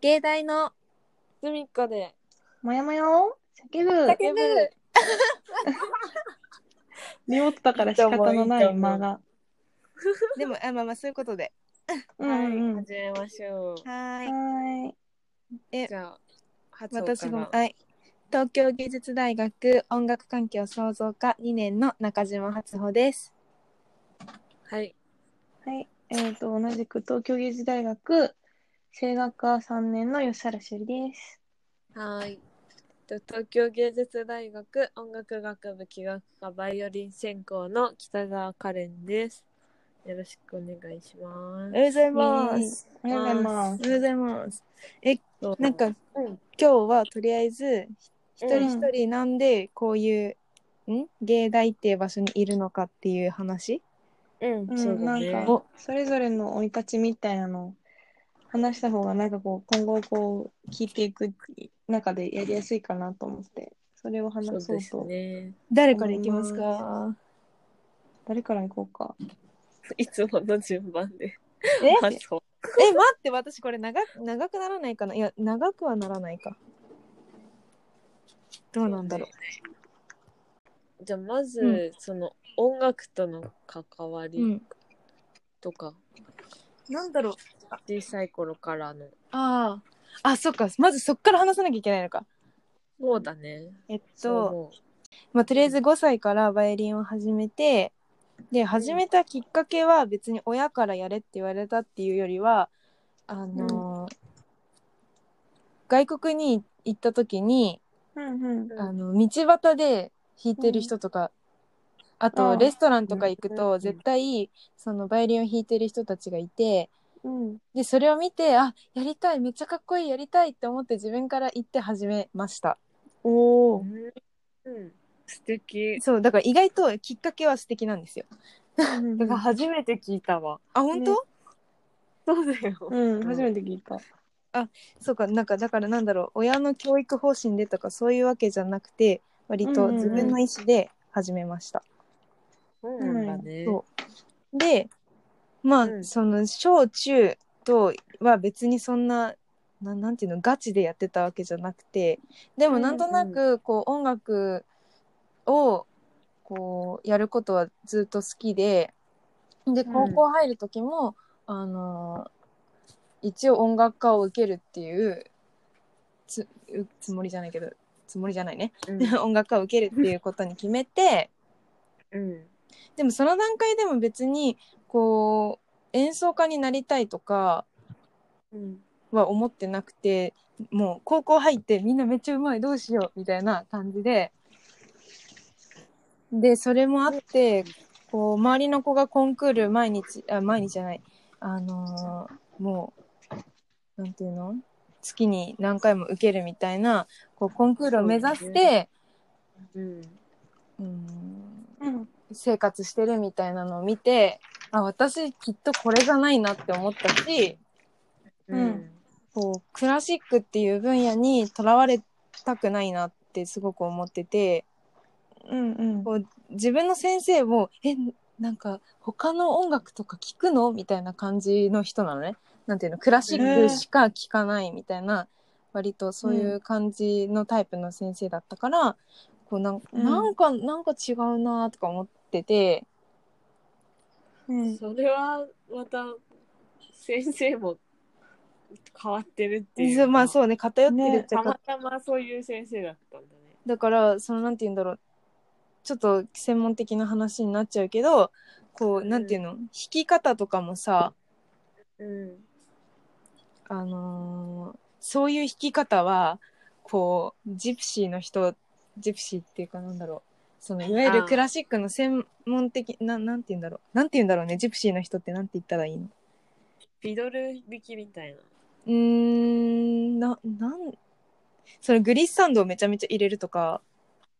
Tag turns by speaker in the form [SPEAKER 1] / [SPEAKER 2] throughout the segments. [SPEAKER 1] 芸大の
[SPEAKER 2] スミッカで
[SPEAKER 3] もやもやを叫ぶ
[SPEAKER 1] 叫ぶ
[SPEAKER 3] リモートだから仕方のない間が。
[SPEAKER 1] でもあまあまあそういうことで
[SPEAKER 3] う
[SPEAKER 2] はい
[SPEAKER 3] んうん。
[SPEAKER 2] 始めましょう。
[SPEAKER 1] はーい
[SPEAKER 3] はーい。
[SPEAKER 1] え
[SPEAKER 2] じゃあ初音
[SPEAKER 1] 私
[SPEAKER 2] か
[SPEAKER 1] も
[SPEAKER 2] ら
[SPEAKER 1] はい東京芸術大学音楽環境創造科2年の中島初穂です
[SPEAKER 2] はい
[SPEAKER 3] はい。えっ、と、同じく東京芸術大学、声楽科3年の吉原しおりです。
[SPEAKER 2] はい。と東京芸術大学音楽学部器楽科バイオリン専攻の北川カレンです。よろしくお願いしま
[SPEAKER 1] お
[SPEAKER 2] す。
[SPEAKER 1] うござい
[SPEAKER 3] おはようございま
[SPEAKER 1] お
[SPEAKER 3] す。
[SPEAKER 1] はようございます
[SPEAKER 2] そう
[SPEAKER 1] なんか
[SPEAKER 2] うん
[SPEAKER 1] 今日はとりあえず一
[SPEAKER 2] う
[SPEAKER 1] 人
[SPEAKER 2] ん
[SPEAKER 1] 一人なんでこういう、ん芸大っていう場所にいるのかっていう話
[SPEAKER 2] うん、
[SPEAKER 3] うん
[SPEAKER 2] そうだ
[SPEAKER 3] な
[SPEAKER 2] ね
[SPEAKER 3] ん。かそれぞれの生い立ちみたいなのを話した方が、なんかこう、今後こう、聞いていく中でやりやすいかなと思って、それを話
[SPEAKER 2] そう
[SPEAKER 3] そう
[SPEAKER 2] です
[SPEAKER 3] と。
[SPEAKER 2] ね。
[SPEAKER 1] 誰からいきますか
[SPEAKER 3] 誰から行こうか。
[SPEAKER 2] いつもの順番で。
[SPEAKER 1] え
[SPEAKER 2] あそう
[SPEAKER 1] え待って私これ長長くならないかないや長くはならないかどうなんだろう
[SPEAKER 2] じゃあまず、
[SPEAKER 1] う
[SPEAKER 2] その音楽との関わりとか、
[SPEAKER 1] なんだろう
[SPEAKER 2] 小さい頃からの。
[SPEAKER 1] あああそっかまずそっから話さなきゃいけないのか
[SPEAKER 2] そうだね。
[SPEAKER 1] えっ
[SPEAKER 2] そう
[SPEAKER 1] と、
[SPEAKER 2] 思
[SPEAKER 1] まあ、とりあえず5歳からバイオリンを始めてで始めたきっかけは別に親からやれって言われたっていうよりはあのー外国に行った時に
[SPEAKER 3] うんうん。
[SPEAKER 2] う。
[SPEAKER 1] あの道端で弾いてる人とか、あ
[SPEAKER 3] あ
[SPEAKER 1] と
[SPEAKER 3] ー
[SPEAKER 1] レストランとか行く
[SPEAKER 2] うんうんう
[SPEAKER 1] と
[SPEAKER 2] ん
[SPEAKER 1] 絶対そのバイオリンを弾いてる人たちがいて
[SPEAKER 3] うん。
[SPEAKER 1] でそれを見てあやりたいめっちゃかっこいいやりたいって思って自分から行って始めました
[SPEAKER 3] お
[SPEAKER 2] う
[SPEAKER 3] ー。
[SPEAKER 2] んうん、素敵。
[SPEAKER 1] そうだから意外ときっかけは素敵なんですよ
[SPEAKER 3] うんうん
[SPEAKER 2] 初めて聞いたわ。
[SPEAKER 1] あ本当、
[SPEAKER 3] ね
[SPEAKER 2] そうだよ。
[SPEAKER 3] うん、初めて聞いた。
[SPEAKER 1] そうかなんかだからなんだろう親の教育方針でとかそういうわけじゃなくて割と自分の意思で始めました、
[SPEAKER 2] そうなんだね。
[SPEAKER 1] そうでまあ、
[SPEAKER 2] うん
[SPEAKER 1] その小中とは別にそんなななんていうのガチでやってたわけじゃなくてでもなんとなくこう音楽をこうやることはずっと好きでで
[SPEAKER 3] うん
[SPEAKER 1] 高校入る時も、あの一応音楽科を受けるっていうつうつもりじゃないけどつもりじゃないね
[SPEAKER 2] うん
[SPEAKER 1] 音楽科を受けるっていうことに決めて。
[SPEAKER 2] うん
[SPEAKER 1] でもその段階でも別にこう演奏家になりたいとか
[SPEAKER 2] うん
[SPEAKER 1] は思ってなくてもう高校入ってみんなめっちゃうまいどうしようみたいな感じででそれもあってこう周りの子がコンクール毎日あ毎日じゃないあのーもうなんていうの月に何回も受けるみたいなこうコンクールを目指
[SPEAKER 2] そ
[SPEAKER 1] し
[SPEAKER 2] う
[SPEAKER 1] て
[SPEAKER 2] うん
[SPEAKER 1] うん
[SPEAKER 3] うん。
[SPEAKER 1] 生活してるみたいなのを見てあ私きっとこれじゃないなって思ったし
[SPEAKER 2] うん
[SPEAKER 1] こうクラシックっていう分野にとらわれたくないなってすごく思ってて
[SPEAKER 3] うんうん。
[SPEAKER 1] こう自分の先生もえなんか他の音楽とか聞くのみたいな感じの人なのねなんていうのクラシックしか聞かないみたいな、割とそういう感じのタイプの先生だったから、こうなん
[SPEAKER 3] うん
[SPEAKER 1] なんかなんか違うなとか思ってて。
[SPEAKER 3] うん
[SPEAKER 2] それはまた先生も変わってるっていう
[SPEAKER 1] そう
[SPEAKER 2] か。
[SPEAKER 1] まあそうね偏ってるっちゃか
[SPEAKER 2] たまたまそういう先生だったんだね。
[SPEAKER 1] だからそのなんて言うんだろうちょっと専門的な話になっちゃうけどこう
[SPEAKER 2] うん
[SPEAKER 1] なんていうの弾き方とかもさ
[SPEAKER 2] うん。
[SPEAKER 1] あのーそういう弾き方はこうジプシーの人ジプシーっていうかなんだろうそのいわゆ
[SPEAKER 2] あ
[SPEAKER 1] る
[SPEAKER 2] ー
[SPEAKER 1] クラシックの専門的ななんて言うんだろうなんて言うんだろうねジプシーの人ってなんて言ったらいいの
[SPEAKER 2] ビドル弾きみたいな。
[SPEAKER 1] うーんななんそのグリッサンドをめちゃめちゃ入れるとか、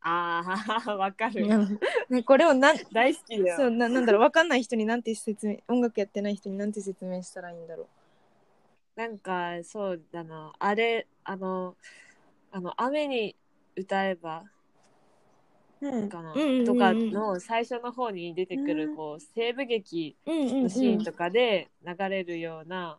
[SPEAKER 2] ああ、 わかる。
[SPEAKER 1] ね、これをなん
[SPEAKER 2] 大好きだよ。
[SPEAKER 1] そうななんだろう分かんない人になんて説明音楽やってない人になんて説明したらいいんだろ
[SPEAKER 2] なんかそうだなあれあのあの雨に歌えば
[SPEAKER 3] うん
[SPEAKER 2] かな、
[SPEAKER 1] うんうんうん
[SPEAKER 2] とかの最初の方に出てく
[SPEAKER 3] う
[SPEAKER 2] る
[SPEAKER 3] ん
[SPEAKER 2] こう西部劇
[SPEAKER 1] う。うんうん
[SPEAKER 2] のシーンとかで流れるような、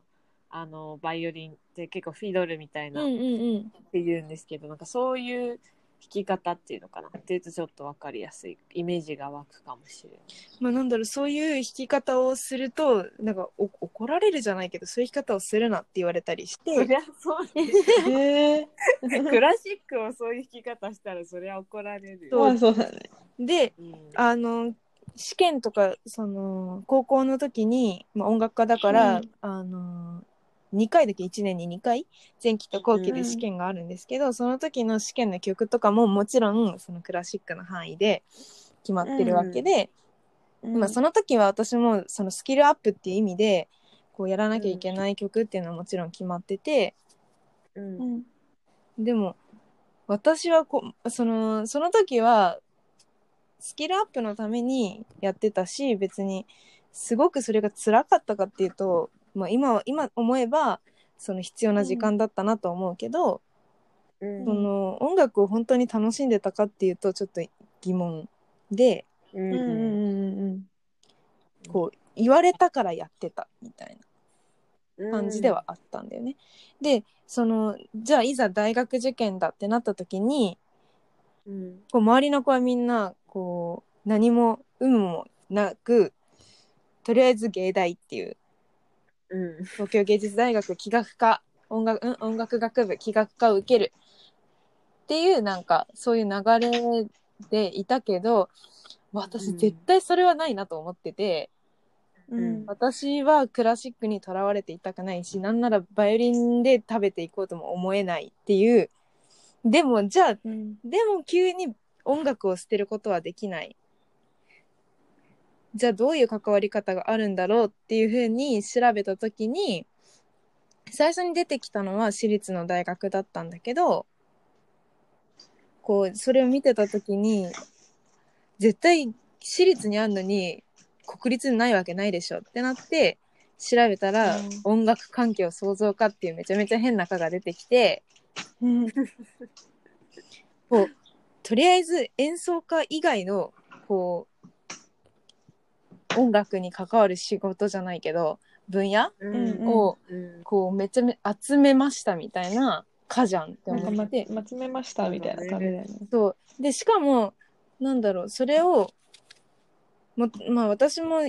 [SPEAKER 2] あのバイオリンって結構フィドルみたい
[SPEAKER 1] うん
[SPEAKER 2] な
[SPEAKER 1] う
[SPEAKER 2] っ
[SPEAKER 1] んうん
[SPEAKER 2] て言うんですけど、なんかそういう弾き方っていうのかなっていうとちょっとわかりやすいイメージが湧くかもしれない。
[SPEAKER 1] まあなんだろうそういう弾き方をするとなんかお怒られるじゃないけどそういう弾き方をするなって言われたりし
[SPEAKER 2] そ
[SPEAKER 1] て
[SPEAKER 2] りゃそうね。
[SPEAKER 3] へえ。
[SPEAKER 2] クラシックをそういう弾き方したらそりゃ怒られるよ。
[SPEAKER 3] まあそうだね。
[SPEAKER 1] で
[SPEAKER 2] うん
[SPEAKER 1] あの試験とかその高校の時に、まあ、音楽家だから、
[SPEAKER 3] うん
[SPEAKER 1] あの2回だけ1年に2回前期と後期で試験があるんですけど、その時の試験の曲とかももちろんそのクラシックの範囲で決まってるわけで、まあ、そ
[SPEAKER 3] の
[SPEAKER 1] の時は私もそのスキルアップっていう意味でこうやらなきゃいけない曲っていうのはもちろん決まってて、
[SPEAKER 2] うん
[SPEAKER 3] うん
[SPEAKER 1] でも私はこそのその時はスキルアップのためにやってたし別にすごくそれが辛かったかっていうと、まあ、今は今思えばその必要な時間だったなと思うけど、
[SPEAKER 2] うん
[SPEAKER 1] その音楽を本当に楽しんでたかっていうとちょっと疑問で
[SPEAKER 2] う
[SPEAKER 3] うんうん
[SPEAKER 2] ん
[SPEAKER 3] うん
[SPEAKER 1] こう言われたからやってたみたいな。
[SPEAKER 2] うん
[SPEAKER 1] 感じではあったんだよね。でそのじゃあいざ大学受験だってなった時に
[SPEAKER 2] うん
[SPEAKER 1] こう周りの子はみんなこう何も有無もなくとりあえず芸大っていう
[SPEAKER 2] うん
[SPEAKER 1] 東京芸術大学器楽科音楽,、うん、音楽学部器楽科を受けるっていうなんかそういう流れでいたけど私絶対それはないなと思ってて。
[SPEAKER 3] うんうん
[SPEAKER 1] 私はクラシックにとらわれていたくないしなんならバイオリンで食べていこうとも思えないっていうでもじゃあ
[SPEAKER 3] うん
[SPEAKER 1] でも急に音楽を捨てることはできないじゃあどういう関わり方があるんだろうっていうふうに調べた時に最初に出てきたのは私立の大学だったんだけどこうそれを見てた時に絶対私立にあるのに国立にないわけないでしょってなって調べたら
[SPEAKER 3] うん
[SPEAKER 1] 音楽環境創造科っていうめちゃめちゃ変な科が出てきて。
[SPEAKER 3] うん
[SPEAKER 1] こうとりあえず演奏家以外のこう音楽に関わる仕事じゃないけど分野
[SPEAKER 3] うん
[SPEAKER 1] を
[SPEAKER 2] うん
[SPEAKER 1] こうめちゃめ集めましたみたいな科じゃんって
[SPEAKER 3] なん
[SPEAKER 1] 思
[SPEAKER 3] か
[SPEAKER 1] っ
[SPEAKER 3] ま
[SPEAKER 1] て、
[SPEAKER 3] まつめましたみたいな感じだよね。
[SPEAKER 1] そうでしかもなんだろうそれをもまあ私も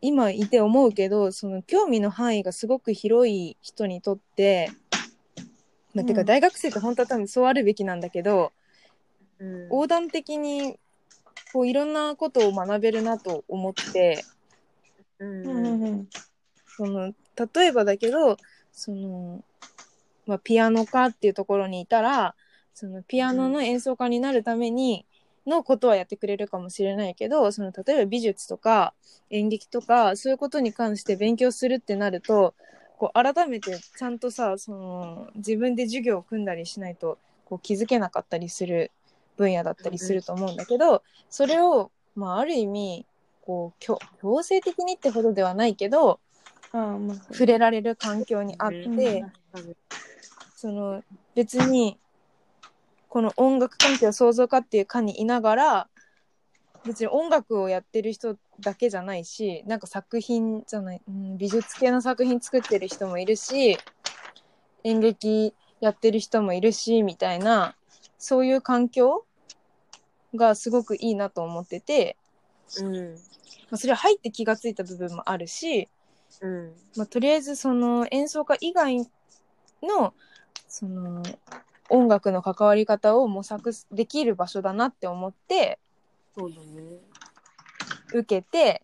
[SPEAKER 1] 今いて思うけどその興味の範囲がすごく広い人にとって、まあ、てか
[SPEAKER 3] うん
[SPEAKER 1] 大学生って本当は多分そうあるべきなんだけど、
[SPEAKER 2] うん
[SPEAKER 1] 横断的にこういろんなことを学べるなと思って
[SPEAKER 2] うん
[SPEAKER 3] うんうんうん
[SPEAKER 1] その例えばだけどその、まあ、ピアノ科っていうところにいたらそのピアノの演奏家になるためにのことはやってくれるかもしれないけどその例えば美術とか演劇とかそういうことに関して勉強するってなるとこう改めてちゃんとさその自分で授業を組んだりしないとこう気づけなかったりする分野だったりすると思うんだけどそれを、まあ、ある意味こう強強制的にってほどではないけど
[SPEAKER 3] ああまあそう
[SPEAKER 1] 触れられる環境にあって、
[SPEAKER 3] うん
[SPEAKER 1] その別にこの音楽関係を創造家っていう科にいながら別に音楽をやってる人だけじゃないしなんか作品じゃない、うん、美術系の作品作ってる人もいるし演劇やってる人もいるしみたいなそういう環境がすごくいいなと思ってて、
[SPEAKER 2] うん
[SPEAKER 1] まあ、それは入って気がついた部分もあるし
[SPEAKER 2] うん
[SPEAKER 1] まあ、とりあえずその演奏家以外のその音楽の関わり方を模索できる場所だなって思って
[SPEAKER 2] そうだね
[SPEAKER 1] 受けて、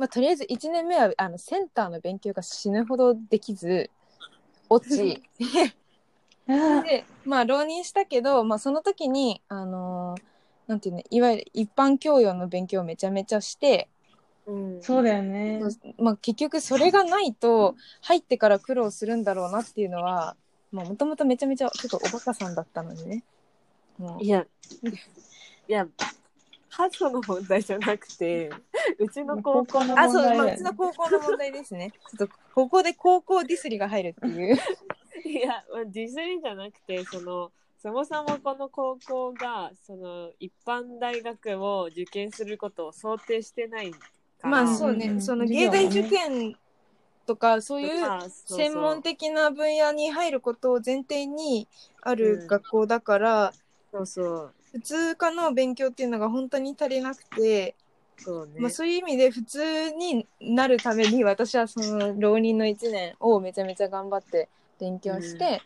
[SPEAKER 1] まあ、とりあえず1年目はあのセンターの勉強が死ぬほどできず落ち
[SPEAKER 3] あ
[SPEAKER 1] で、まあ、浪人したけど、まあ、その時に、あのーなんていうのいわゆる一般教養の勉強をめちゃめちゃして。
[SPEAKER 2] うん
[SPEAKER 3] あそうだよね。
[SPEAKER 1] まあ、結局それがないと入ってから苦労するんだろうなっていうのはもともとめちゃめちゃちょっとおバカさんだったのでねも
[SPEAKER 2] いやいやハトの問題じゃなくてうちの高校
[SPEAKER 3] 高校
[SPEAKER 1] う
[SPEAKER 3] の
[SPEAKER 1] あそう、
[SPEAKER 3] 問題だよ
[SPEAKER 1] ま
[SPEAKER 3] ね
[SPEAKER 1] あ、うちの高校の問題ですねちょっとここで高校ディスりが入るって いう
[SPEAKER 2] いやまあディズニーじゃなくてそのそもそもこの高校がその一般大学を受験することを想定してないから
[SPEAKER 1] まあそうね、
[SPEAKER 3] うん
[SPEAKER 1] その芸大受験とかそういう
[SPEAKER 2] あそうそう
[SPEAKER 1] 専門的な分野に入ることを前提にあ
[SPEAKER 2] うん
[SPEAKER 1] る学校だから、
[SPEAKER 2] そうそう
[SPEAKER 1] 普通科の勉強っていうのが本当に足りなくて、
[SPEAKER 2] そうね、
[SPEAKER 1] まあ、そういう意味で普通になるために私はその浪人の1年をめちゃめちゃ頑張って勉強して、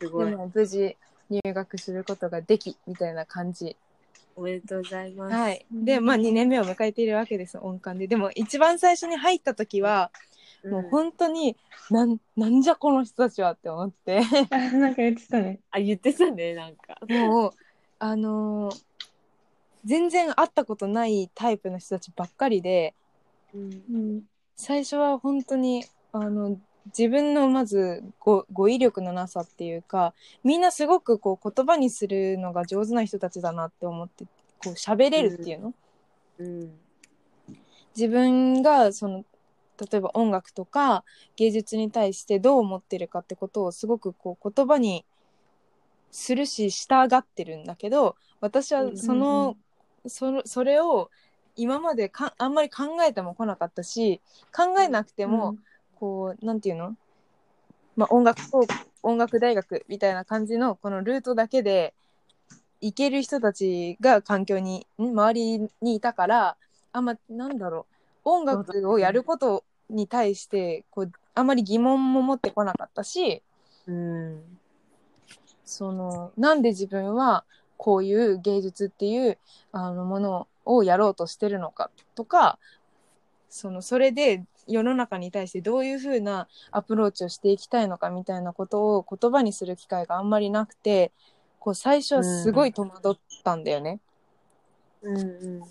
[SPEAKER 2] すごい
[SPEAKER 1] でも無事入学することができみたいな感じ、
[SPEAKER 2] おめでとうございます、
[SPEAKER 1] はい、で、まあ、2年目を迎えているわけです音感ででも一番最初に入った時は
[SPEAKER 2] うん
[SPEAKER 1] もう本当になんなんじゃこの人たちはって思って。
[SPEAKER 3] あ、なんか言ってたね。
[SPEAKER 2] あ言ってたねなんか
[SPEAKER 1] もうあのー全然会ったことないタイプの人たちばっかりで
[SPEAKER 2] うん
[SPEAKER 3] うん。
[SPEAKER 1] 最初は本当にあの自分のまず語語彙力のなさっていうかみんなすごくこう言葉にするのが上手な人たちだなって思ってこう喋れるっていうの、
[SPEAKER 2] うん
[SPEAKER 1] 自分がその例えば音楽とか芸術に対してどう思ってるかってことをすごくこう言葉にするし従ってるんだけど私はその、
[SPEAKER 3] うんうん
[SPEAKER 1] そのそれを今までかあんまり考えてもこなかったし考えなくても、こうなんていうの、まあ、音楽高校音楽大学みたいな感じのこのルートだけで行ける人たちが環境にん周りにいたからあんまなんだろう音楽をやることに対してこうあんまり疑問も持ってこなかったし
[SPEAKER 2] うん
[SPEAKER 1] そのなんで自分はこういう芸術っていうあのものをやろうとしてるのかとかそのそれで世の中に対してどういうふうなアプローチをしていきたいのかみたいなことを言葉にする機会があんまりなくてこう最初はすごい戸惑ったんだよね。
[SPEAKER 2] うんうん
[SPEAKER 3] うん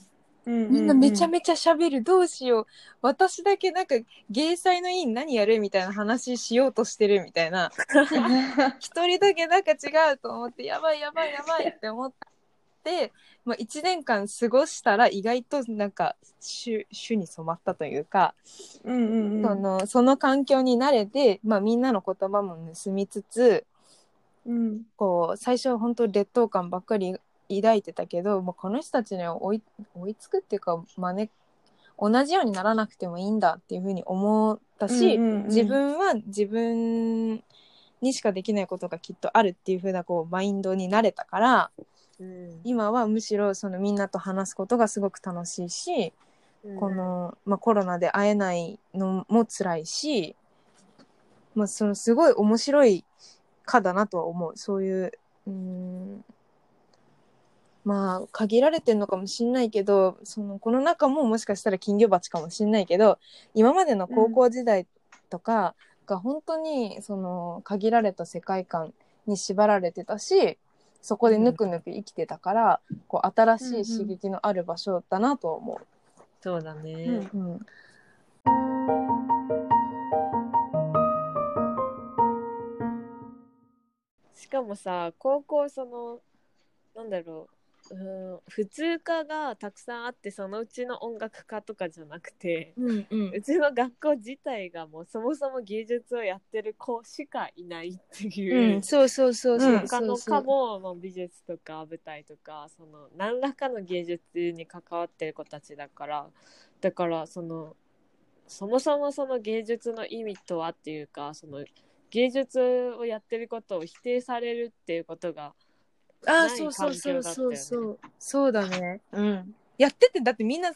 [SPEAKER 1] みんなめちゃ
[SPEAKER 3] ち
[SPEAKER 1] めちゃ喋るどうしよう私だけなんか芸才の委員何やるみたいな話しようとしてるみたいな
[SPEAKER 3] ゃ。
[SPEAKER 1] 一人だけなんか違うと思ってやばいやばいやばいって思って、まあ、1年間過ごしたら意外となんか種種に染まったというか、
[SPEAKER 3] うんうんうん。
[SPEAKER 1] そのその環境に慣れて、まあ、みんなの言葉も盗みつつ
[SPEAKER 3] うん。
[SPEAKER 1] こう最初は本当劣等感ばっかり抱いてたけど、まあ、この人たちに追い追いつくっていうか真似同じようにならなくてもいいんだっていうふうに思ったし、
[SPEAKER 3] うんうんうん
[SPEAKER 1] 自分は自分にしかできないことがきっとあるっていう風なこうマインドになれたから
[SPEAKER 2] うん
[SPEAKER 1] 今はむしろそのみんなと話すことがすごく楽しいし、
[SPEAKER 2] うん
[SPEAKER 1] この、まあ、コロナで会えないのも辛いし、まあ、そのすごい面白い科だなとは思うそういううーんまあ限られてるのかもしんないけどそのこの中ももしかしたら金魚鉢かもしんないけど今までの高校時代とかが本当にその限られた世界観に縛られてたしそこでぬくぬく生きてたから、こう新しい刺激のある場所だなとは思う。
[SPEAKER 2] そうだね、
[SPEAKER 3] うん
[SPEAKER 1] うん
[SPEAKER 2] しかもさ高校そのなんだろううん普通科がたくさんあってそのうちの音楽科とかじゃなくて
[SPEAKER 1] うんうん
[SPEAKER 2] うちの学校自体がもうそもそも芸術をやってる子しかいないってい
[SPEAKER 1] う
[SPEAKER 2] う、
[SPEAKER 1] ん、そうそうそうそう、
[SPEAKER 3] うん
[SPEAKER 2] 他
[SPEAKER 1] そ
[SPEAKER 2] の
[SPEAKER 1] うそ
[SPEAKER 2] 科
[SPEAKER 1] う
[SPEAKER 2] ももう美術とか舞台とかその何らかの芸術に関わってる子たちだからだからそのそもそもその芸術の意味とはっていうかその芸術をやってることを否定されるっていうことが
[SPEAKER 1] あ
[SPEAKER 2] な
[SPEAKER 1] ー
[SPEAKER 2] い
[SPEAKER 1] そうそうそうそ
[SPEAKER 2] 環境だったよ
[SPEAKER 1] う
[SPEAKER 2] ね
[SPEAKER 1] そうそうだねうんやっててだってみんな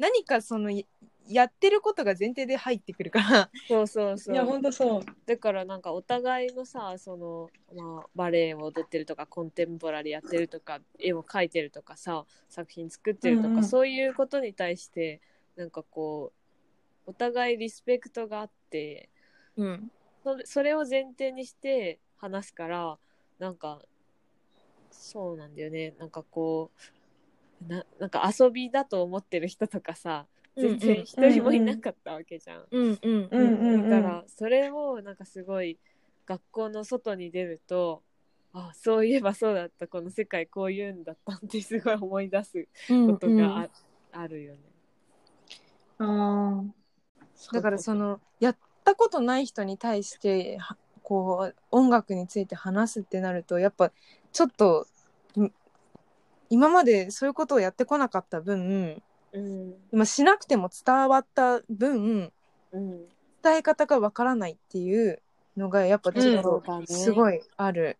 [SPEAKER 1] 何かそのややってることが前提で入ってくるから
[SPEAKER 2] そうそうそ
[SPEAKER 3] いや、ほ
[SPEAKER 2] うん
[SPEAKER 3] とそう。
[SPEAKER 2] だからなんかお互いのさその、まあ、バレエを踊ってるとかコンテンポラリーやってるとか絵を描いてるとかさ作品作ってるとか、
[SPEAKER 3] うんうん
[SPEAKER 2] そういうことに対してなんかこうお互いリスペクトがあって
[SPEAKER 1] うん
[SPEAKER 2] それそれを前提にして話すからなんかそうなんだよねなんかこうななんか遊びだと思ってる人とかさ全然一人もいなかったわけじゃん
[SPEAKER 1] うんうん
[SPEAKER 3] うんうんうん。
[SPEAKER 2] だからそれをなんかすごい学校の外に出るとあそういえばそうだったこの世界こういうんだったってすごい思い出す
[SPEAKER 1] うん
[SPEAKER 2] ことがあ,、あるよね。
[SPEAKER 3] あ
[SPEAKER 1] だからそのやったことない人に対してはこう音楽について話すってなるとやっぱちょっとん今までそういうことをやってこなかった分
[SPEAKER 2] うん
[SPEAKER 1] 今しなくても伝わった分
[SPEAKER 2] うん
[SPEAKER 1] 伝伝え方がわからないっていうのがやっぱちょっ
[SPEAKER 2] そ
[SPEAKER 1] と
[SPEAKER 2] うだね
[SPEAKER 1] すごいある。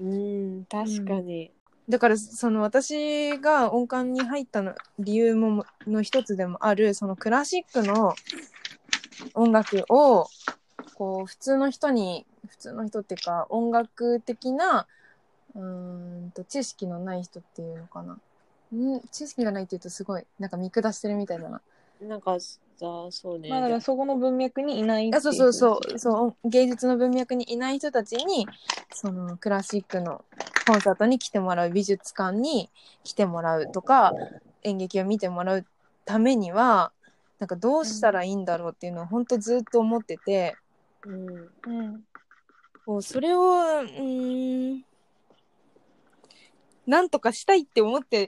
[SPEAKER 2] うん確かに、
[SPEAKER 1] だからその私が音感に入ったの理由もの一つでもあるそのクラシックの音楽をこう普通の人に普通の人っていうか音楽的なうーんと知識のない人っていうのかな。ん知識がないっていうとすごいなんか見下してるみたいだな。
[SPEAKER 2] なんかさそうね、
[SPEAKER 3] まあ
[SPEAKER 2] でも
[SPEAKER 3] だからそこの文脈にいないってい
[SPEAKER 1] あそうそうそう
[SPEAKER 3] う
[SPEAKER 1] そう芸術の文脈にいない人たちにそのクラシックのコンサートに来てもらう美術館に来てもらうとか演劇を見てもらうためにはなんかどうしたらいいんだろうっていうのを本当ずっと思ってて
[SPEAKER 2] うん
[SPEAKER 3] ことですよね。
[SPEAKER 1] こうそれをうーんなんとかしたいって思って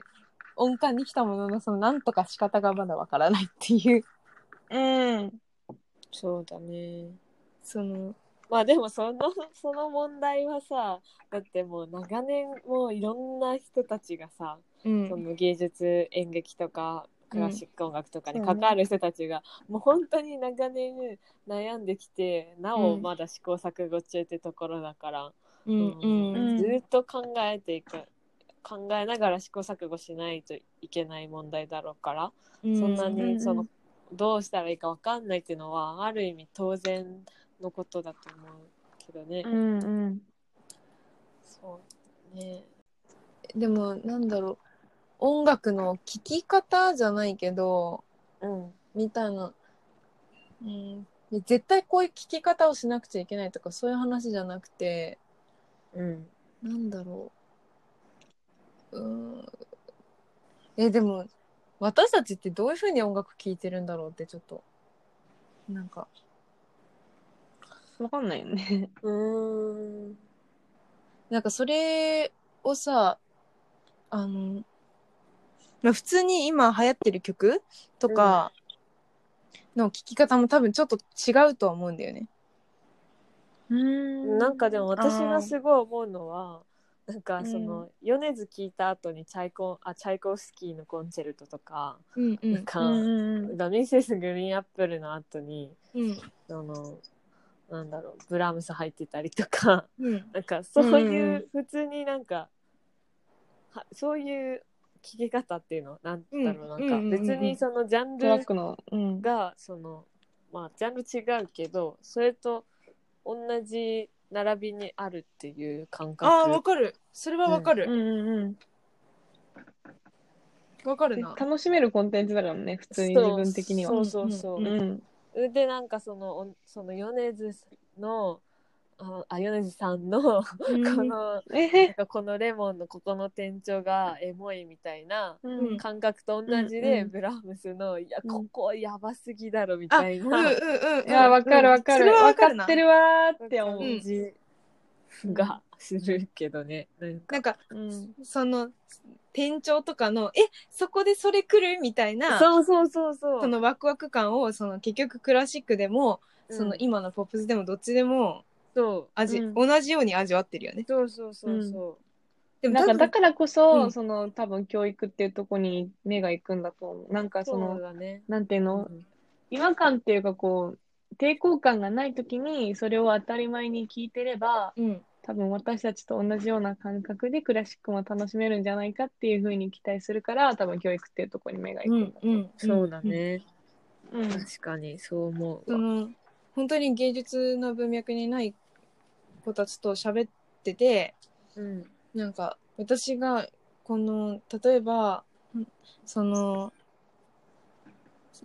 [SPEAKER 1] 音感に来たもののそのなんとか仕方がまだわからないっていう
[SPEAKER 3] うん。うん。
[SPEAKER 2] そうだね
[SPEAKER 1] その
[SPEAKER 2] まあでもそのその問題はさだってもう長年もういろんな人たちがさ、
[SPEAKER 1] うん
[SPEAKER 2] その芸術演劇とかクラシック音楽とかに関わる人たちが、もう本当に長年悩んできてなお
[SPEAKER 1] うん
[SPEAKER 2] まだ試行錯誤中ってところだから、
[SPEAKER 1] うんうん
[SPEAKER 3] うん
[SPEAKER 2] ずーっと考えていく考えながら試行錯誤しないといけない問題だろうから、
[SPEAKER 1] うん
[SPEAKER 2] そんなにその、
[SPEAKER 3] うんうん
[SPEAKER 2] どうしたらいいかわかんないっていうのはある意味当然のことだと思うけどね。
[SPEAKER 3] うんうん。
[SPEAKER 2] そうね
[SPEAKER 1] でもなんだろう音楽の聴き方じゃないけど
[SPEAKER 2] うん
[SPEAKER 1] みたいな、うん、で絶対こういう聴き方をしなくちゃいけないとかそういう話じゃなくて
[SPEAKER 2] うん
[SPEAKER 1] なんだろううーんえでも私たちってどういうふうに音楽聴いてるんだろうってちょっとなんか
[SPEAKER 3] わかんないよね。
[SPEAKER 2] うーん
[SPEAKER 1] なんかそれをさあの、まあ、普通に今流行ってる曲とかの聴き方も多分ちょっと違うとは思うんだよね。
[SPEAKER 3] うん
[SPEAKER 2] なんかでも私が
[SPEAKER 3] ごい。
[SPEAKER 2] すごい思うのはなんかその、
[SPEAKER 3] う
[SPEAKER 2] 米津聞いた後にチャイコンあチャイコフスキーのコンチェルトとか、
[SPEAKER 1] うんう
[SPEAKER 2] なん
[SPEAKER 1] ん
[SPEAKER 2] か、
[SPEAKER 3] うんうん
[SPEAKER 2] ダミセスグリーンアップルの後に
[SPEAKER 1] うん
[SPEAKER 2] そのなんだろうブラームス入ってたりとか
[SPEAKER 1] うん
[SPEAKER 2] なんかそう
[SPEAKER 3] うん
[SPEAKER 2] いうう普通になんか、はそういう聞き方っていうのなんだろ
[SPEAKER 1] う
[SPEAKER 2] う、
[SPEAKER 1] ん
[SPEAKER 2] な
[SPEAKER 1] うんんうん
[SPEAKER 2] か
[SPEAKER 1] うん
[SPEAKER 2] 別にそのジャン
[SPEAKER 3] トラッ
[SPEAKER 2] ル
[SPEAKER 3] クの、うん。
[SPEAKER 2] がそのまあジャンル違うけどそれと同じ並びにあるっていう感覚
[SPEAKER 1] ああわかるそれはわか
[SPEAKER 3] う
[SPEAKER 1] る
[SPEAKER 3] んうんうん。
[SPEAKER 1] わ、かるな。
[SPEAKER 3] 楽しめるコンテンツだからね、普通に自分的には。
[SPEAKER 2] そうそうそうそう
[SPEAKER 3] う、ん。
[SPEAKER 2] でなんかそのおその米津のああ米津さんのこのなん
[SPEAKER 3] え
[SPEAKER 2] かこのレモンのここの店長がエモいみたいな
[SPEAKER 3] う
[SPEAKER 1] うん
[SPEAKER 3] ん。
[SPEAKER 2] 感覚と同じで、
[SPEAKER 3] うんうん
[SPEAKER 2] ブラームスの「いや
[SPEAKER 3] う
[SPEAKER 2] こ
[SPEAKER 3] ん
[SPEAKER 2] こやばすぎだろ」みたい
[SPEAKER 1] うんうん
[SPEAKER 2] な
[SPEAKER 1] うんうん。
[SPEAKER 3] いや、わかるわか
[SPEAKER 1] そ
[SPEAKER 3] る。
[SPEAKER 1] れはわ
[SPEAKER 3] わ
[SPEAKER 1] か
[SPEAKER 3] か
[SPEAKER 1] るな
[SPEAKER 3] ってるわーって思う。
[SPEAKER 2] 感じ
[SPEAKER 3] うん
[SPEAKER 2] がするけどねなんか
[SPEAKER 1] なんか
[SPEAKER 3] うん。
[SPEAKER 1] その店長とかのえそこでそれ来るみたいな
[SPEAKER 2] そうそうそうそう
[SPEAKER 1] そのワクワク感をその結局クラシックでも、その
[SPEAKER 2] うん
[SPEAKER 1] 今のポップスでもどっちでも
[SPEAKER 2] そう
[SPEAKER 1] 味、
[SPEAKER 3] うん
[SPEAKER 1] 同じように味わってるよね。
[SPEAKER 2] そうそうそうそ
[SPEAKER 1] でも
[SPEAKER 3] なん
[SPEAKER 1] 多
[SPEAKER 3] か
[SPEAKER 1] 分
[SPEAKER 3] だからこそ、
[SPEAKER 1] うん
[SPEAKER 3] その多分教育っていうとこに目が行くんだと思う。なん
[SPEAKER 2] う
[SPEAKER 3] かそ
[SPEAKER 2] そう
[SPEAKER 3] の、
[SPEAKER 2] だね
[SPEAKER 3] なんていう
[SPEAKER 2] う
[SPEAKER 3] の、
[SPEAKER 2] ん
[SPEAKER 3] 違和感っていうかこう、抵抗感がないときにそれを当たり前に聞いてれば、
[SPEAKER 1] うん
[SPEAKER 3] 多分私たちと同じような感覚でクラシックも楽しめるんじゃないかっていうふうに期待するから、多分教育っていうとこに目が行くんだと思う。
[SPEAKER 2] そうだ。ね
[SPEAKER 3] うん。うん
[SPEAKER 2] 確かにそう思う
[SPEAKER 1] そ
[SPEAKER 2] わ
[SPEAKER 1] の本当に芸術の文脈にない子たちと喋ってて
[SPEAKER 2] うん
[SPEAKER 1] なんか私がこの例えばその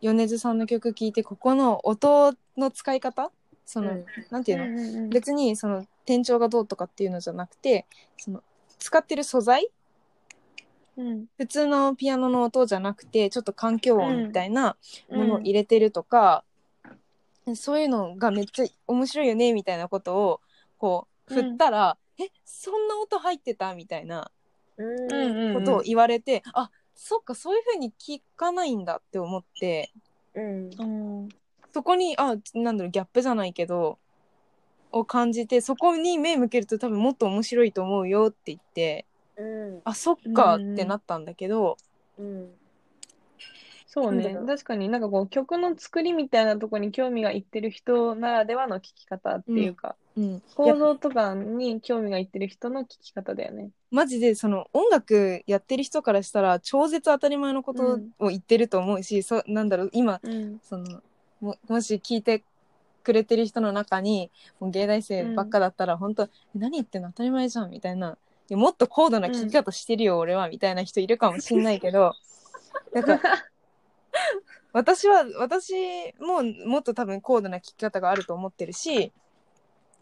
[SPEAKER 1] 米津さんの曲聴いてここの音の使い方その、
[SPEAKER 2] うん
[SPEAKER 1] なんていうの、
[SPEAKER 3] うんうん
[SPEAKER 1] 別にその店長がどうとかっていうのじゃなくてその使ってる素材
[SPEAKER 3] うん
[SPEAKER 1] 普通のピアノの音じゃなくてちょっと環境音みたいなものを
[SPEAKER 3] うん
[SPEAKER 1] 入れてるとか、そういうのがめっちゃ面白いよねみたいなことをこう振ったら、えそんな音入ってたみたいな
[SPEAKER 2] うん
[SPEAKER 3] うん
[SPEAKER 1] ことを言われて、あそっかそういうふうに聞かないんだって思って
[SPEAKER 2] うん
[SPEAKER 3] うん
[SPEAKER 1] そこにあなんだろうギャップじゃないけどを感じてそこに目向けると多分もっと面白いと思うよって言って
[SPEAKER 2] うん
[SPEAKER 1] あそっかっ
[SPEAKER 3] うんうん
[SPEAKER 1] てなったんだけど、
[SPEAKER 2] うん
[SPEAKER 3] そ
[SPEAKER 1] な
[SPEAKER 3] う
[SPEAKER 1] ん
[SPEAKER 3] ね
[SPEAKER 1] だろう
[SPEAKER 3] 確かになんかこう曲の作りみたいなところに興味がいってる人ならではの聞き方っていうか、
[SPEAKER 1] うん、いや
[SPEAKER 3] 構造とかに興味がいってる人の聞き方だよね。
[SPEAKER 1] マジでその音楽やってる人からしたら超絶当たり前のことを言ってると思うし、そうなんだろう今
[SPEAKER 3] うん
[SPEAKER 1] そのももし聞いてくれてる人の中にもう芸大生ばっかだったら本当、え何言ってんの当たり前じゃんみたいないやもっと高度な聞き方してるよ、俺はみたいな人いるかもしんないけどなんか私は私ももっと多分高度な聞き方があると思ってるし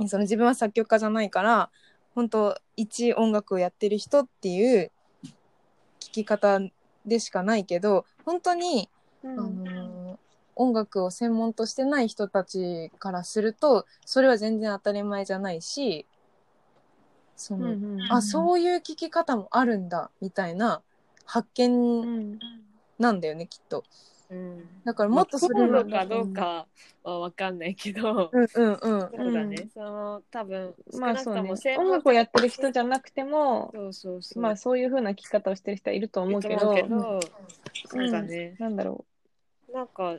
[SPEAKER 1] その自分は作曲家じゃないから本当一音楽をやってる人っていう聞き方でしかないけど本当に
[SPEAKER 3] うん
[SPEAKER 1] あのー音楽を専門としてない人たちからするとそれは全然当たり前じゃないしその、あそういう聞き方もあるんだみたいな発見
[SPEAKER 3] うん
[SPEAKER 1] なんだよねきっと
[SPEAKER 2] うん。
[SPEAKER 1] だからもっとそれ
[SPEAKER 2] ま
[SPEAKER 1] は
[SPEAKER 2] あ高度かどうかはわかんないけど、
[SPEAKER 1] うんうんうん
[SPEAKER 2] そうだね。その多分少
[SPEAKER 3] ま
[SPEAKER 2] な
[SPEAKER 3] あ
[SPEAKER 2] く
[SPEAKER 3] そ
[SPEAKER 2] とも
[SPEAKER 3] うね
[SPEAKER 2] 専門
[SPEAKER 3] 音楽をやってる人じゃなくても
[SPEAKER 2] そうそうそう。
[SPEAKER 3] まあそういう風な聞き方をしてる人はいると思うけど
[SPEAKER 2] いいと思うけどそうだね。
[SPEAKER 3] なんだろ
[SPEAKER 2] なんか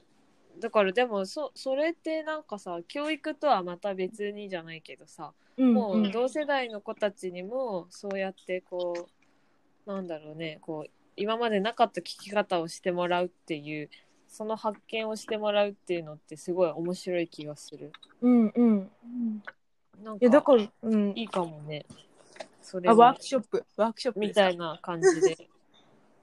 [SPEAKER 2] だからでもそそれってなんかさ教育とはまた別にじゃないけどさ、
[SPEAKER 1] うん
[SPEAKER 2] もううん同世代の子たちにもそうやってこうなんだろうねこう今までなかった聞き方をしてもらうっていうその発見をしてもらうっていうのってすごい面白い気がする。
[SPEAKER 1] うんうん
[SPEAKER 2] なん
[SPEAKER 1] いやだか
[SPEAKER 2] か
[SPEAKER 1] ら、うん、
[SPEAKER 2] いいかもね。それ
[SPEAKER 1] あワー
[SPEAKER 2] は
[SPEAKER 1] クショップワークショップで
[SPEAKER 2] み
[SPEAKER 1] すか
[SPEAKER 2] たいな感じで。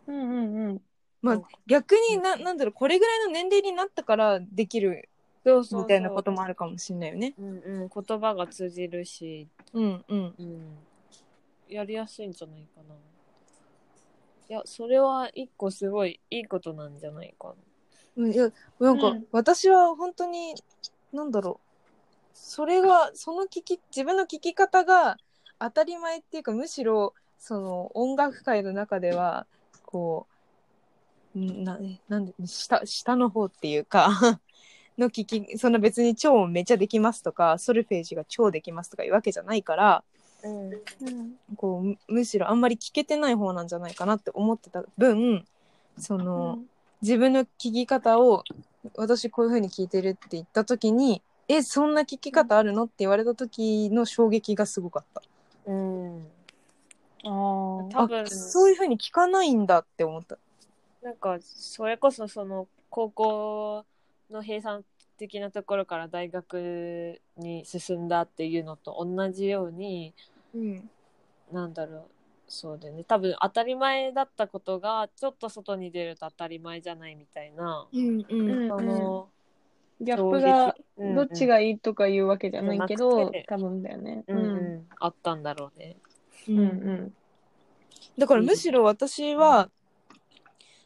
[SPEAKER 3] う。うんうんうん。
[SPEAKER 1] まあ逆にななんだろうこれぐらいの年齢になったからできる
[SPEAKER 2] そうそうそう
[SPEAKER 1] みたいなこともあるかもしれないよね
[SPEAKER 2] うんうん、言葉が通じるし、
[SPEAKER 1] うんうん
[SPEAKER 2] うん、やりやすいんじゃないかな。いや、それは一個すごいいいことなんじゃないか
[SPEAKER 1] うんいやなんか、
[SPEAKER 3] うん
[SPEAKER 1] 私は本当になんだろうそれがその聞き自分の聞き方が当たり前っていうかむしろその音楽界の中ではこうんななんで下下の方っていうか の聞きそんな別に超めっちゃできますとかソルフェージが超できますとかいうわけじゃないから
[SPEAKER 2] な。うん。
[SPEAKER 1] こうむむしろあんまり聞けてない方なんじゃないかなって思ってた分その。自分の聞き方を私こういう風に聞いてるって言った時に「えそんな聞き方あるの?」って言われた時の衝撃がすごかった
[SPEAKER 2] うん、
[SPEAKER 3] ああ。
[SPEAKER 2] 多分
[SPEAKER 1] あそういう風に聞かないんだって思った
[SPEAKER 2] なんか、それこそその高校の閉鎖的なところから大学に進んだっていうのと同じように、
[SPEAKER 1] うん
[SPEAKER 2] なんだろう。そうだよね多分当たり前だったことがちょっと外に出ると当たり前じゃないみたいな、
[SPEAKER 1] うんう
[SPEAKER 3] うん
[SPEAKER 1] ん
[SPEAKER 2] あの
[SPEAKER 3] ギャップが
[SPEAKER 2] うんうん
[SPEAKER 3] どっちがいいとかいうわけじゃないけ
[SPEAKER 2] じゃな
[SPEAKER 3] ど
[SPEAKER 2] くて、
[SPEAKER 3] 多分だよね。
[SPEAKER 2] うんうん、あったんだろうね。
[SPEAKER 1] う
[SPEAKER 3] うんうんん
[SPEAKER 1] だからむしろ私は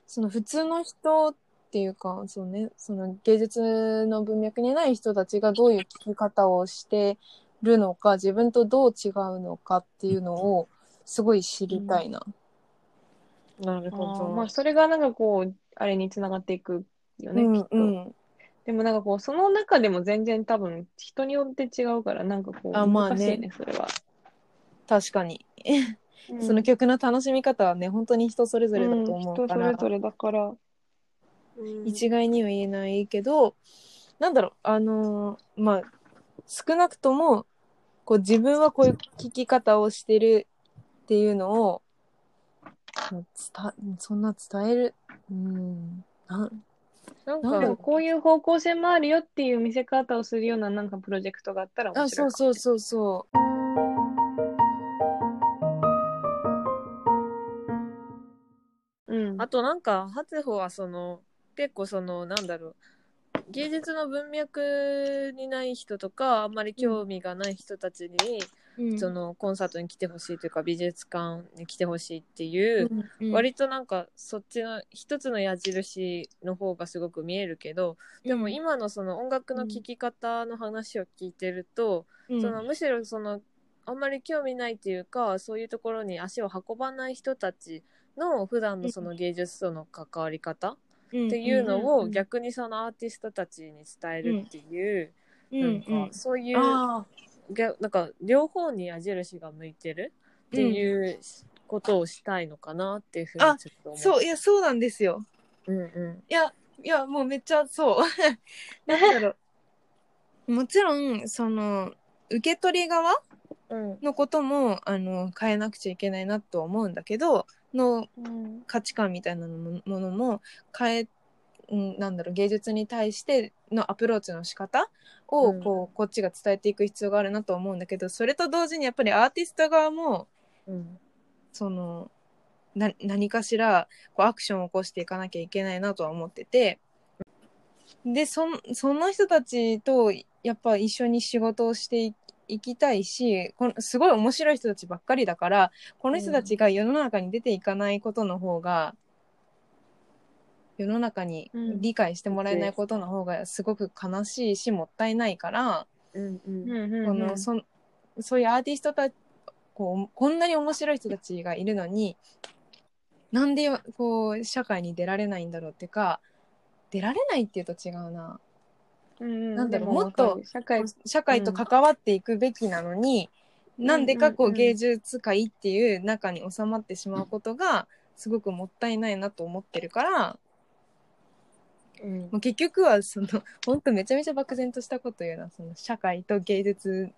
[SPEAKER 1] その普通の人っていうかそうねその芸術の文脈にない人たちがどういう聞き方をしてるのか自分とどう違うのかっていうのをすごい知りたいな。
[SPEAKER 2] なる
[SPEAKER 3] あ
[SPEAKER 2] ほど。
[SPEAKER 3] ーまあそれがなんかこうあれにつながっていくよね、きっと。
[SPEAKER 1] うん
[SPEAKER 3] でもなんかこうその中でも全然多分人によって違うからなんかこう
[SPEAKER 1] あまあ
[SPEAKER 3] 難
[SPEAKER 1] ね
[SPEAKER 3] しいねそれは。
[SPEAKER 1] 確かに、その
[SPEAKER 3] 曲
[SPEAKER 1] 曲の楽しみ方はね本当に人それぞれだと思うから、
[SPEAKER 3] 人それぞれだから。
[SPEAKER 1] 一概には言えないけどなんだろうあのーまあ少なくともこう自分はこういう聞き方をしてるっていうのを伝そんな伝えるうんなん
[SPEAKER 2] なん
[SPEAKER 1] な
[SPEAKER 3] で
[SPEAKER 1] ん
[SPEAKER 2] か
[SPEAKER 3] も、こういう方向性もあるよっていう見せ方をするようななんかプロジェクトがあったら面
[SPEAKER 1] あ
[SPEAKER 3] 白
[SPEAKER 1] そ
[SPEAKER 3] いうか
[SPEAKER 1] そうそうそう
[SPEAKER 3] うん
[SPEAKER 2] あとなんか、初歩はその、結構その、なんだろう、芸術の文脈にない人とか、あんまり興味がない人たちに、
[SPEAKER 1] うん
[SPEAKER 2] そのコンサートに来てほしいというか、美術館に来てほしいっていう、
[SPEAKER 1] うん
[SPEAKER 2] 割となんかそっちの一つの矢印の方がすごく見えるけどでも、今のその音楽の聴き方の話を聞いてると、
[SPEAKER 1] うん
[SPEAKER 2] そのむしろそのあんまり興味ないっていうかそういうところに足を運ばない人たちの普段のその芸術との関わり方っていうの
[SPEAKER 3] うんうんう
[SPEAKER 2] を
[SPEAKER 3] ん
[SPEAKER 2] 逆にそのアーティストたちに伝えるっていう、
[SPEAKER 1] うんう
[SPEAKER 2] なん
[SPEAKER 1] ん
[SPEAKER 2] かそういう、
[SPEAKER 1] あ
[SPEAKER 2] 逆なんか両方に矢印が向いてるっていうことをしたいのかなっていうふうに
[SPEAKER 1] あ
[SPEAKER 2] ちょっと
[SPEAKER 1] あ
[SPEAKER 2] 思
[SPEAKER 1] そういやそうなんですよ
[SPEAKER 2] うんう
[SPEAKER 1] いやいやもうめっちゃそう
[SPEAKER 3] なんだろう。
[SPEAKER 1] もちろんその受け取り側
[SPEAKER 2] んうん
[SPEAKER 1] のこともあの変えなくちゃいけないなとは思うんだけどの
[SPEAKER 3] うん。
[SPEAKER 1] 価値観みたいなのもものも変えうんなんだろう芸術に対してのアプローチの仕方を
[SPEAKER 2] うん
[SPEAKER 1] こう、こっちが伝えていく必要があるなと思うんだけどそれと同時にやっぱりアーティスト側も
[SPEAKER 2] うん
[SPEAKER 1] そのな何かしらこうアクションを起こしていかなきゃいけないなとは思っててでそんその人たちとやっぱ一緒に仕事をしていいきたいしこのすごい面白い人たちばっかりだからこの人たちが世の中に出ていかないことの方が、世の中に理解してもらえないことの方がすごく悲しいしもったいないから。
[SPEAKER 2] うんうん
[SPEAKER 3] うん
[SPEAKER 1] このそんそういうアーティストたちこうこんなに面白い人たちがいるのになんでこう社会に出られないんだろうってか出られないっていうと違うな
[SPEAKER 3] うん
[SPEAKER 1] なんだろう
[SPEAKER 3] で
[SPEAKER 1] もっと
[SPEAKER 3] わかる社会
[SPEAKER 1] 社会と関わっていくべきなのに、なんでかこ
[SPEAKER 3] う
[SPEAKER 1] うん
[SPEAKER 3] うん
[SPEAKER 1] 芸術界っていう中に収まってしまうことがすごくもったいないなと思ってるから
[SPEAKER 2] うん
[SPEAKER 1] もう結局はその 本当めちゃめちゃ漠然としたこと言うなその社会と芸術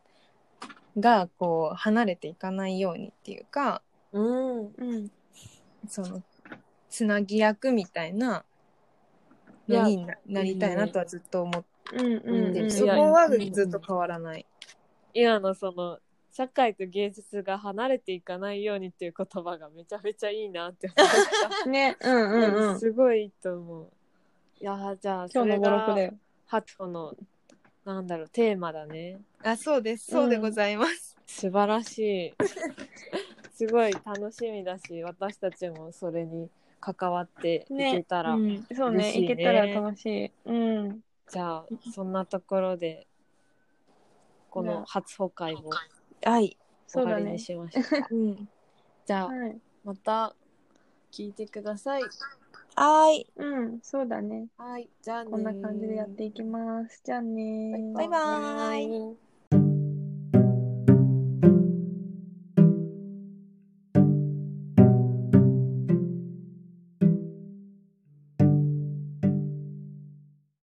[SPEAKER 1] がこう離れていかないようにっていうか
[SPEAKER 2] うん
[SPEAKER 3] うん
[SPEAKER 1] そのつなぎ役みたいない
[SPEAKER 2] や
[SPEAKER 1] のにななりたいなとはずっと思っ
[SPEAKER 3] うん
[SPEAKER 2] う
[SPEAKER 1] て
[SPEAKER 2] ん
[SPEAKER 1] る、
[SPEAKER 2] い
[SPEAKER 1] そ
[SPEAKER 2] や
[SPEAKER 1] こは
[SPEAKER 2] うん
[SPEAKER 1] ずっと変わらない。
[SPEAKER 2] 今のその社会と芸術が離れていかないようにっていう言葉がめちゃめちゃいいなって思っ
[SPEAKER 3] ね、うん
[SPEAKER 2] た、
[SPEAKER 3] うんうん。
[SPEAKER 2] すごいいいと思ういやーじゃあ
[SPEAKER 3] 今
[SPEAKER 2] そ
[SPEAKER 3] 日の
[SPEAKER 2] れ
[SPEAKER 3] 語録だ
[SPEAKER 2] が
[SPEAKER 3] よ。
[SPEAKER 2] ハトコのなんだろうテーマだね
[SPEAKER 1] あそうですそうでございます。
[SPEAKER 2] 素晴らしい すごい楽しみだし私たちもそれに関わっていけたら、
[SPEAKER 1] うん
[SPEAKER 3] そう
[SPEAKER 2] 嬉
[SPEAKER 3] ね、
[SPEAKER 2] し
[SPEAKER 3] い
[SPEAKER 2] いね
[SPEAKER 3] けたら楽しい。うん。
[SPEAKER 2] じゃあそんなところでこ
[SPEAKER 3] ね
[SPEAKER 2] の初歩会も
[SPEAKER 1] はい、
[SPEAKER 3] そ
[SPEAKER 2] 終わ
[SPEAKER 3] うだ
[SPEAKER 2] り
[SPEAKER 3] ね
[SPEAKER 2] に。しましょうか、
[SPEAKER 1] うん、
[SPEAKER 2] じゃあ
[SPEAKER 3] はい。
[SPEAKER 2] また聞いてください
[SPEAKER 1] はーい
[SPEAKER 3] うん、そうだね。
[SPEAKER 2] はいじゃあね
[SPEAKER 3] こんな感じでやっていきます。じゃあね
[SPEAKER 2] バイ
[SPEAKER 1] バイ
[SPEAKER 2] バ
[SPEAKER 3] ー。
[SPEAKER 1] バーイ
[SPEAKER 2] イ